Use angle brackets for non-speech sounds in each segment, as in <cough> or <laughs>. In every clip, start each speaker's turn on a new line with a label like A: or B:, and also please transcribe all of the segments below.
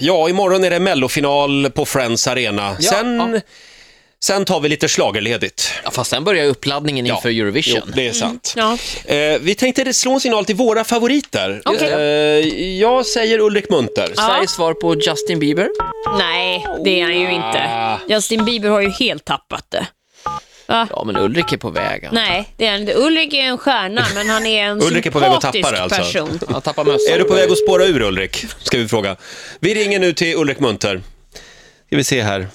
A: Ja, imorgon är det mellofinal på Friends Arena.
B: Ja,
A: sen,
B: ja.
A: sen tar vi lite schlagerledigt.
B: Ja, fast sen börjar ju uppladdningen inför Eurovision.
A: Jo, det är sant.
C: Mm, Ja.
A: Eh, vi tänkte slå en signal till våra favoriter.
C: Okej.
A: Eh, jag säger Ulrik Munter.
B: Sveriges svar på Justin Bieber.
C: Nej, det är han ju inte. Justin Bieber har ju helt tappat det.
B: Ja, men Ulrik är på väg. alltså. Han,
C: Nej, det är han inte. Ulrik är en stjärna, men han är en
A: <laughs> Ulrik är på väg att tappa
C: sympatisk
A: det, alltså.
C: person.
B: han tappar mössan.
A: Är du på väg att spåra ur Ulrik? Ska vi fråga. Vi ringer nu till Ulrik Munter. Ska vi se här.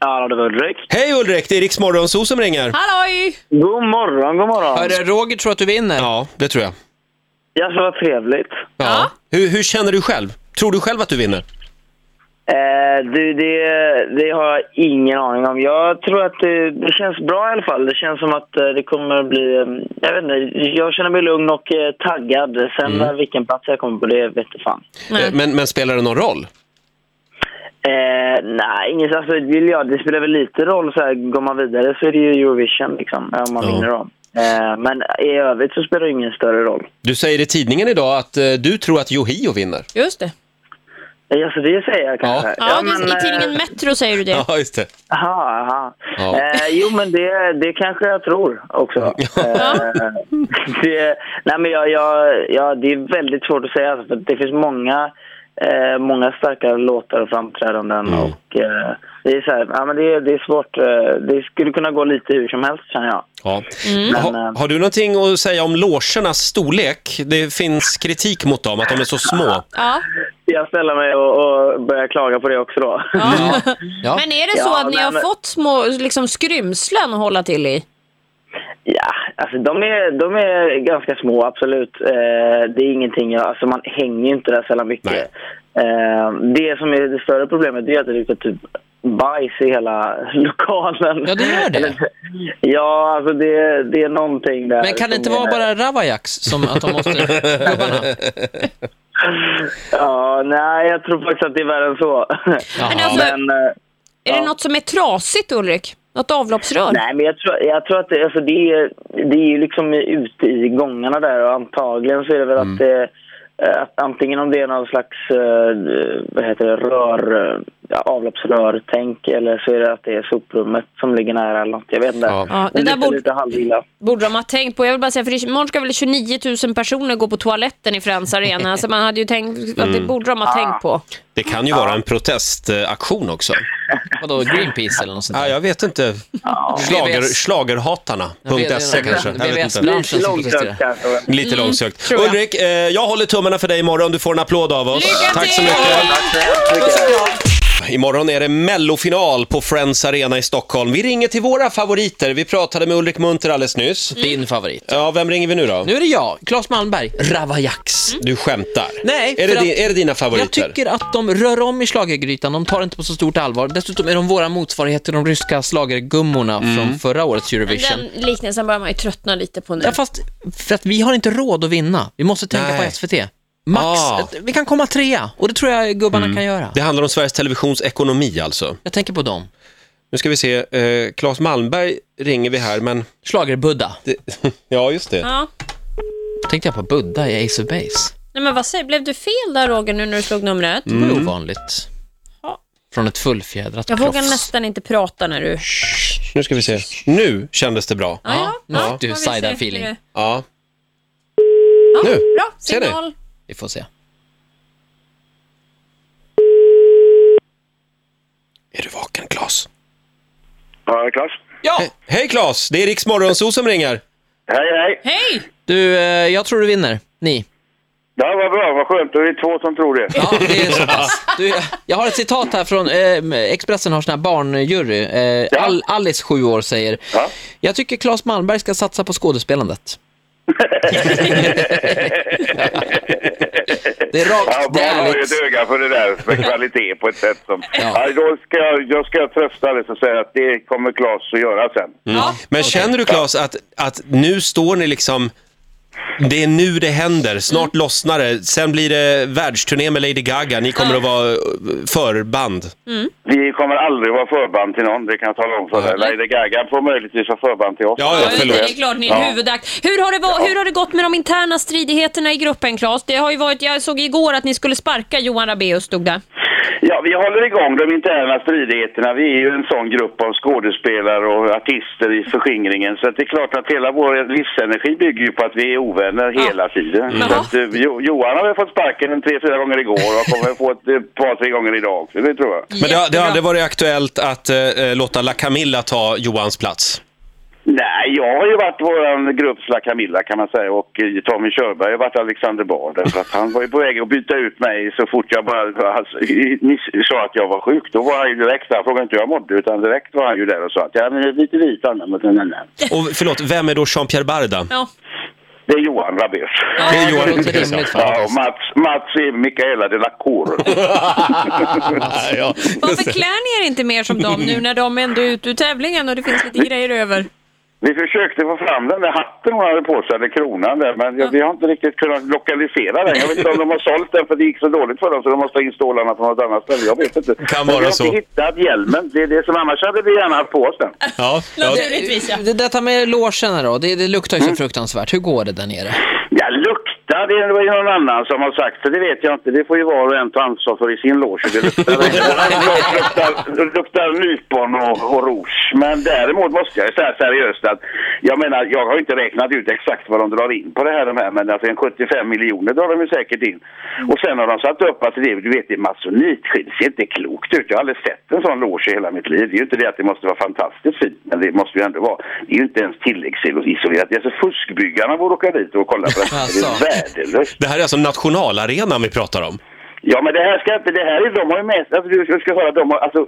D: Ja, det var Ulrik.
A: Hej Ulrik, det är Riks Morgonzoo som ringer.
C: Halloj!
D: God morgon, god morgon.
B: Hörru, Roger tror att du vinner.
A: Ja, det tror jag.
D: Ja, så vad trevligt.
A: Ja. Hur, hur känner du själv? Tror du själv att du vinner?
D: Eh, det, det, det har jag ingen aning om. Jag tror att det, det känns bra i alla fall. Det känns som att eh, det kommer bli... eh, Jag vet inte, jag känner mig lugn och eh, taggad. Sen eh, vilken plats jag kommer på, det vete fan.
A: Eh, Men, men spelar det någon roll?
D: Eh, nej, ingen, alltså, vill jag, det spelar väl lite roll. Så här, går man vidare så är det ju Eurovision liksom, eh, om man
A: Ja.
D: vinner då. Eh, men i övrigt så spelar det ingen större roll.
A: Du säger i tidningen idag att eh, du tror att Yohio vinner.
C: Just det.
D: Eh, Alltså det säger jag kanske.
A: Ja.
C: Ja,
D: men,
C: det, I tidningen
D: eh,
C: Metro säger du det.
A: Ja, just det.
D: Aha, aha.
A: Ja.
D: Eh, jo, men det, det kanske jag tror också. Eh, <laughs> det, nej, men jag, jag, ja, det är väldigt svårt att säga, alltså, för det finns många, eh, många starka låtar och framträdanden. Och, eh, det, är så här, ja, men det, är- det är svårt. Eh, det skulle kunna gå lite hur som helst, känner jag.
A: Ja.
D: Men,
A: Ha,
D: eh,
A: har du någonting att säga om logernas storlek? Det finns kritik mot dem, att de är så små.
C: Ja.
D: jag ställer mig och, och börjar klaga på det också. då. <laughs>
C: Ja.
B: Ja.
C: <laughs> Men är det så
D: Ja,
C: att ni
D: nej,
C: har
D: men-
C: fått små liksom, skrymslen att hålla till i?
D: Ja, alltså de är, de är ganska små, absolut. Eh, det är ingenting, jag, alltså man hänger ju inte där så jävla mycket. Eh, det som är det större problemet det är att det luktar typ bajs i hela <laughs> lokalen.
B: Ja, det gör det.
D: Eller- Ja, alltså det, det är någonting där.
B: Men kan det
D: som
B: inte
D: är-
B: vara bara Ravajaks som att de måste... Gubbarna.
D: Ja, nej, jag tror faktiskt att det är värre än så.
C: Men alltså,
D: Men, eh,
C: Är det något som är trasigt Ulrik? Något avloppsrör?
D: Nej, men jag tror, jag tror att det, alltså det, är, det är ju liksom ute i gångarna där och antagligen så är det väl att, det, eh, att antingen om det är någon slags eh, vad heter det, rör, eh, ja, avloppsrörtänk eller så är det att det är soprummet som ligger nära eller något. Jag vet inte.
A: Ja.
C: Ja, det
D: Men
C: där
D: luktar
C: borde-
D: lite halvilla.
C: Borde de ha tänkt på. Jag vill bara säga, för det- imorgon ska väl 29 000 personer gå på toaletten i Friends Arena. så man hade ju tänkt att
A: Mm.
C: det borde de ha tänkt på.
A: Det kan ju vara en protestaktion också.
B: Vadå, Greenpeace eller något sånt
A: Ja, jag vet inte. Schlager,
B: VVS.
A: schlagerhatarna.se E kanske. Jag vet inte.
B: VVS-branschen som protesterar.
D: Långsökt kanske.
A: Lite långsökt.
C: tror jag.
A: Ulrik, eh, jag håller tummarna för dig imorgon. Du får en applåd av oss.
C: Lycka
A: Tack så
C: till!
A: mycket.
D: Tack så
C: <laughs>
D: hemskt mycket.
A: Imorgon är det mellofinal på Friends Arena i Stockholm. Vi ringer till våra favoriter. Vi pratade med Ulrik Munter alldeles nyss.
B: Din favorit.
A: Ja, vem ringer vi nu då?
B: Nu är det jag, Claes Malmberg, Ravajaks.
A: Du skämtar.
B: Mm. Nej,
A: är, det
B: för
A: din,
B: att-
A: är det dina
B: Jag
A: favoriter?
B: tycker att de rör om i schlagergrytan, de tar inte på så stort allvar. Dessutom är de våra motsvarigheter till de ryska schlagergummorna
A: Mm.
B: från förra årets Eurovision.
C: Den liknelsen börjar man ju tröttna lite på nu.
B: Ja, fast för att vi har inte råd att vinna. Vi måste tänka
A: Nej.
B: på SVT. Max,
A: Ah. Mm.
B: ett- vi kan komma trea och det tror jag gubbarna kan göra.
A: Det handlar om Sveriges Televisions ekonomi alltså.
B: Jag tänker på dem.
A: Nu ska vi se, eh, Claes Malmberg ringer vi här, men...
B: Schlagerbudda.
A: Det, <laughs> ja, just det.
C: Ja.
B: Tänkte jag på Budda i Ace of Base.
C: Nej, men vad säger, blev du fel där Roger nu när du slog numret?
B: Det var
A: Mm.
B: ovanligt.
C: Ja.
B: Från ett fullfjädrat
C: Jag vågar
B: proffs.
C: nästan inte prata när du...
A: Nu ska vi se. Nu kändes det bra.
B: Ja, nu fick du
C: får vi
B: side-eye
C: se hur
B: feeling.
C: det-
A: Ja.
C: Ja,
A: Nu,
C: Bra,
A: ser du?
C: signal.
B: Vi får se.
A: Är du vaken, Claes?
D: Ja, det är klart.
B: Ja!
A: Hej, Claes! Det är Riks Morgonzoo som ringer.
D: Hej, hej.
C: Hej!
B: Du, eh, jag tror du vinner. Ni.
D: Det här var bra, vad skönt. Då är det två som tror det.
E: <laughs>
B: Ja, det är så pass. Du, jag har ett citat här från eh, Expressen har sån här barnjury. Eh, Al- Alice, sju år, säger
D: Ja.
B: Jag tycker Claes Malmberg ska satsa på
E: <laughs>
B: skådespelandet. det är
E: Ja,
B: rakt, det
E: bra
B: är
E: har ju
B: ärligt.
E: ett öga för det där med kvalitet på ett sätt som...
B: Ja.
E: Ja. då, ska jag, då ska jag trösta Alice och säga att det
B: Mm.
E: kommer Claes att göra sen.
C: Ja,
A: Men
C: okej.
A: känner du, Claes, att, att nu står ni liksom Det är nu det händer.
B: Mm.
A: Snart lossnar det. Sen blir det världsturné med Lady Gaga. Ni kommer att vara eh, förband.
E: Vi kommer aldrig vara förband till någon, det kan jag tala om för dig. Lady Gaga får möjligtvis vara förband till oss.
A: Ja, ja,
C: Ja,
A: förlåt.
C: det är klart, ni är en
E: Ja.
C: huvudakt. Hur har, det var, hur har det gått med de interna stridigheterna i gruppen, Claes? Det har ju varit, jag såg igår att ni skulle sparka Johan Rabaeus, stod det.
E: Ja, vi håller igång de interna stridigheterna. Vi är ju en sån grupp av skådespelare och artister i förskingringen. Så att det är klart att hela vår livsenergi bygger ju på att vi är ovänner
C: Ja.
E: hela tiden.
C: Jaha.
E: Så att, eh, jo, Johan har väl fått sparken en tre, fyra gånger igår och kommer få ett eh, par, tre gånger idag också. Det tror jag.
A: Men det har, det
C: Jättebra.
A: har aldrig varit aktuellt att eh, låta La Camilla ta Johans plats?
E: Nej, jag har ju varit vår grupps La Camilla kan man säga och eh, Tommy Körberg har varit Alexander Bard. därför att han var ju på väg att byta ut mig så fort jag bara alltså, i- ni- sa att jag var sjuk. Då var han ju direkt där, frågade inte hur jag mådde utan direkt var han ju där och sa att jag är lite vit annan mot den annan.
A: Och förlåt, vem är då Jean-Pierre
C: <laughs>
A: Barda?
C: Ja.
E: Det är Johan Rabaeus.
A: Det är
B: det
A: Johan.
B: låter rimligt
E: Ja, och
B: faktiskt.
E: Mats, Mats är Mikaela de la Cour.
A: ja.
C: Varför klär ni er inte mer som dem nu när de ändå är ute ur tävlingen och det finns lite grejer över?
E: Vi försökte få fram den där hatten hon hade på sig, eller kronan där, men jag- vi har inte riktigt kunnat lokalisera den. Jag vet inte om de har sålt den för det gick så dåligt för dem så de måste ha in stålarna på något annat ställe. Jag vet inte.
A: Kan
E: Men
A: vara
E: vi har
A: så.
E: inte hittat hjälmen. Det är det som annars hade vi gärna haft på oss den.
A: Ja, ja.
C: Naturligtvis, ja.
B: Det, detta med logerna då, det, det luktar
E: Mm.
B: ju så fruktansvärt. Hur går det där
E: <laughs>
B: nere?
E: Ja, lukta, det var ju någon annan som har sagt, så det vet jag inte. Det får ju var och en ta ansvar för i sin loge. Det luktar,
A: <laughs>
E: det luktar, det luktar nypon och, och rouge. Men däremot måste jag ju säga seriöst att jag menar, jag har ju inte räknat ut exakt vad de drar in på det här, de här men alltså en 75 miljoner drar de ju säkert in. Och sen har de satt upp, alltså det, du vet, det är masonitskikt. Det ser inte klokt ut. Jag har aldrig sett en sån loge i hela mitt liv. Det är ju inte det att det måste vara fantastiskt fint, men det måste ju ändå vara. Det är ju inte ens tilläggsisolerat. Det är så fuskbyggarna borde åka dit och kolla på det. Det är
B: Alltså.
E: värdelöst.
A: Det här är alltså nationalarenan vi pratar om.
E: Ja, men det här ska inte, det här är, de har ju med sig, alltså du du ska höra, de har, alltså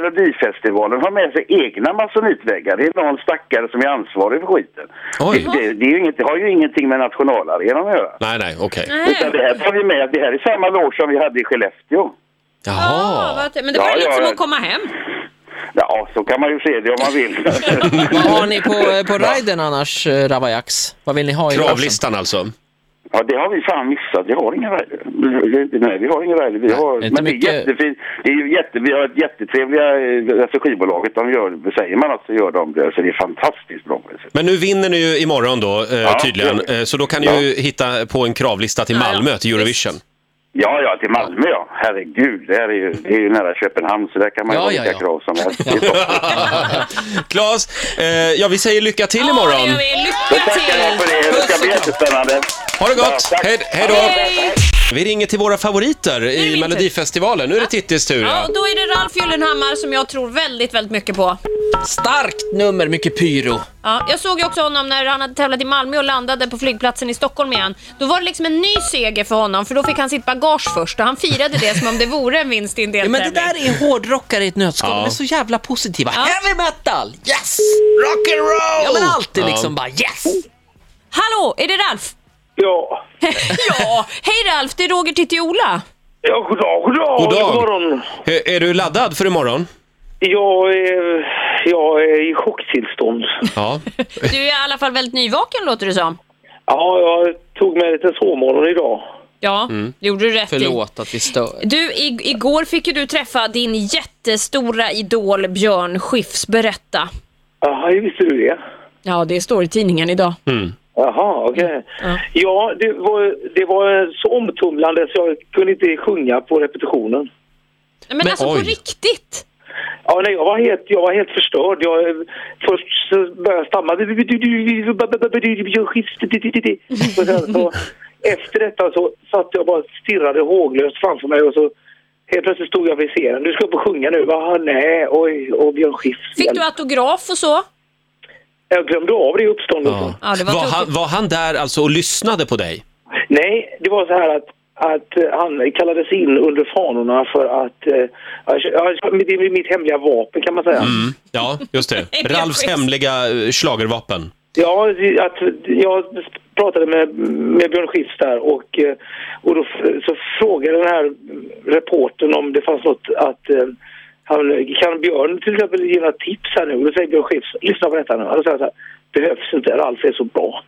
E: Melodifestivalen har med sig egna masonitväggar. Det är någon stackare som är ansvarig för skiten.
A: Oj.
E: Det, det, det, är ju inget, det har ju ingenting med nationalarenan att göra.
A: Nej, nej, okej.
C: Mm.
E: Utan det här tar vi med, det här är samma loge som vi hade i Skellefteå.
C: Ja,
A: Jaha.
C: Ah, vad- men det var
E: Ja,
C: lite
E: ja,
C: som
E: ja.
C: att komma hem.
E: Ja, så kan man ju se det om man vill.
B: <laughs> Vad har ni på, eh, på riden annars, eh, Ravaillacs? Vad vill ni ha i logen?
A: Kravlistan alltså.
E: Ja, det har vi fan missat. Vi har ingen rally. Nej, vi har ingen rally. Vi har,
B: inte
E: men det är
B: mycket.
E: jättefint. Det är ju jätte, vi har ett jättetrevliga, eh, alltså skivbolaget, de gör, säger man att så gör de det. Så det är fantastiskt bra på det sättet.
A: Men nu vinner ni ju imorgon då, eh,
E: Ja,
A: tydligen.
E: det gör vi.
A: Eh, Så då kan ni ju hitta på en kravlista till
C: Ja, ja.
A: Malmö, till Eurovision. <laughs>
E: Ja, ja, till Malmö ja. Herregud, det, här är ju, det är ju nära Köpenhamn så där kan man ju
B: Ja,
E: ha
B: ja,
E: vilka
B: ja.
E: krav som helst. Det är toppen.
A: Claes, eh, ja vi säger lycka till
C: Ja, det
A: imorgon.
C: gör vi.
E: Då
C: Lycka
E: tackar jag för
C: till!
E: det. Det ska bli jättespännande.
A: Ha det gott!
E: Ja, tack.
A: Hej, hej då!
C: Hej.
A: Vi ringer till våra favoriter
C: min
A: i
C: tur.
A: Melodifestivalen. Nu är det Tittis tur.
C: Ja,
A: Ja.
C: och då är det Ralf Gyllenhammar som jag tror väldigt, väldigt mycket på.
B: Starkt nummer, mycket pyro.
C: Ja, jag såg ju också honom när han hade tävlat i Malmö och landade på flygplatsen i Stockholm igen. Då var det liksom en ny seger för honom, för då fick han sitt bagage först och han firade det som om det vore en vinst i en
B: Ja, men det
C: deltävling.
B: där är hårdrockare i ett nötskal.
A: Ja.
B: De är så jävla positiva.
C: Ja.
B: Heavy metal! Yes! Rock'n'roll! Ja, men alltid liksom bara yes!
C: Hallå, är det Ralf?
F: Ja.
C: ja, hej Ralf, det är Roger Tittiola.
F: Ja, god dag, god dag,
A: God dag.
F: morgon.
A: Är, är du laddad för imorgon?
F: Jag är, jag är
A: <laughs>
F: i chocktillstånd.
A: Ja.
C: Du är i alla fall väldigt nyvaken låter det som.
F: Ja, jag tog mig en liten sovmorgon idag.
C: Ja,
E: Mm.
C: det gjorde du rätt i.
B: Förlåt att vi stör.
C: Du, i- igår fick ju du träffa din jättestora idol Björn Skifs. Berätta.
F: Jaha, visste du det?
C: Ja, det står i tidningen idag.
F: Jaha, okej.
C: Mm. Ja.
F: Ja, det var, det var så omtumlande så jag kunde inte sjunga på repetitionen.
C: Men, alltså
A: oj.
C: på riktigt.
F: Ja, nej, jag var helt, jag var helt förstörd. Jag, först så började jag stamma. Och sen
C: <laughs>
F: så, efter detta så satt jag bara och stirrade håglöst framför mig och så helt plötsligt stod jag vid scenen. Du ska upp och sjunga nu. Jaha, nej, oj, och Björn Skifs.
C: Fick du autograf och så?
F: Jag glömde av det i uppståndelsen. <laughs>
C: Ja, det var
A: var,
C: tråkigt.
A: han, var han där alltså och lyssnade på dig?
F: Nej, det var så här att, att eh, han kallades in under fanorna för att... eh, ja, Det är mitt hemliga vapen kan man säga.
A: Ja, just det. Ralfs
C: Precis.
A: hemliga eh, schlagervapen.
F: Ja, det- att jag pratade med, med Björn Skifs där och, eh, och då f- så frågade den här reportern om det fanns något att eh, han, kan Björn till exempel ge några tips här nu? Och då säger Björn Skifs, lyssna på detta nu. Han säger så här, behövs inte, Ralf är så bra.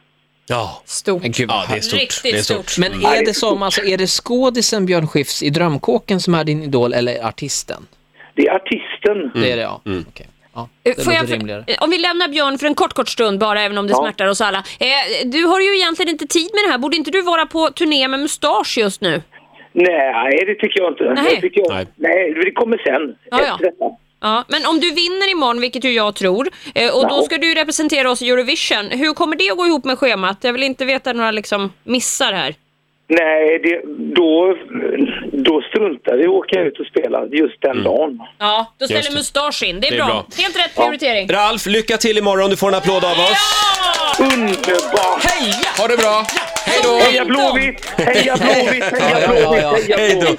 A: Ja,
C: Stort.
B: Men gud,
A: ja det är stort.
C: Riktigt
A: det är
C: stort.
B: Men är det som, alltså är det skådisen Björn Skifs i Drömkåken som är din idol eller artisten?
F: Det är artisten.
B: Det är det ja. Okej. ja
C: Eh,
B: det
C: Får
B: låter
C: jag,
B: rimligare.
C: eh, om vi lämnar Björn för en kort, kort stund bara, även om det smärtar oss alla. Eh, du har ju egentligen inte tid med det här. Borde inte du vara på turné med mustasch just nu?
F: Nej, det tycker jag inte.
C: Nej.
F: Det tycker jag.
A: Nej.
F: Nej. det kommer sen.
C: Ja, ja.
F: Efter detta.
C: Ja, men om du vinner imorgon, vilket ju jag tror, eh, och då
F: Ja.
C: ska du ju representera oss i Eurovision. Hur kommer det att gå ihop med schemat? Jag vill inte veta några liksom, missar här.
F: Nej, det, då, då struntar vi i att åka ut och spela just
B: Mm.
F: den dagen.
C: Ja, då ställer
A: det.
C: mustasch in. Det är,
A: Det är
C: bra.
A: bra.
C: Helt rätt prioritering.
A: Ralf, lycka till imorgon. Du får en applåd av oss.
F: Underbart!
A: Ha det bra. Hej då!
F: Heja Blåvitt! Heja Blåvitt! Heja
B: Ja, ja, ja, ja.
F: Blåvitt! Heja
A: Hej då.
F: Blåvitt!